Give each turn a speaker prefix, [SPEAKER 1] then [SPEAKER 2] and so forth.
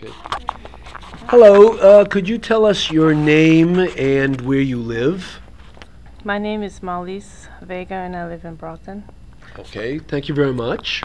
[SPEAKER 1] Good.
[SPEAKER 2] Hello, uh, could you tell us your name and where you live?
[SPEAKER 3] My name is Marlies Vega and I live in Broughton.
[SPEAKER 2] Okay, thank you very much.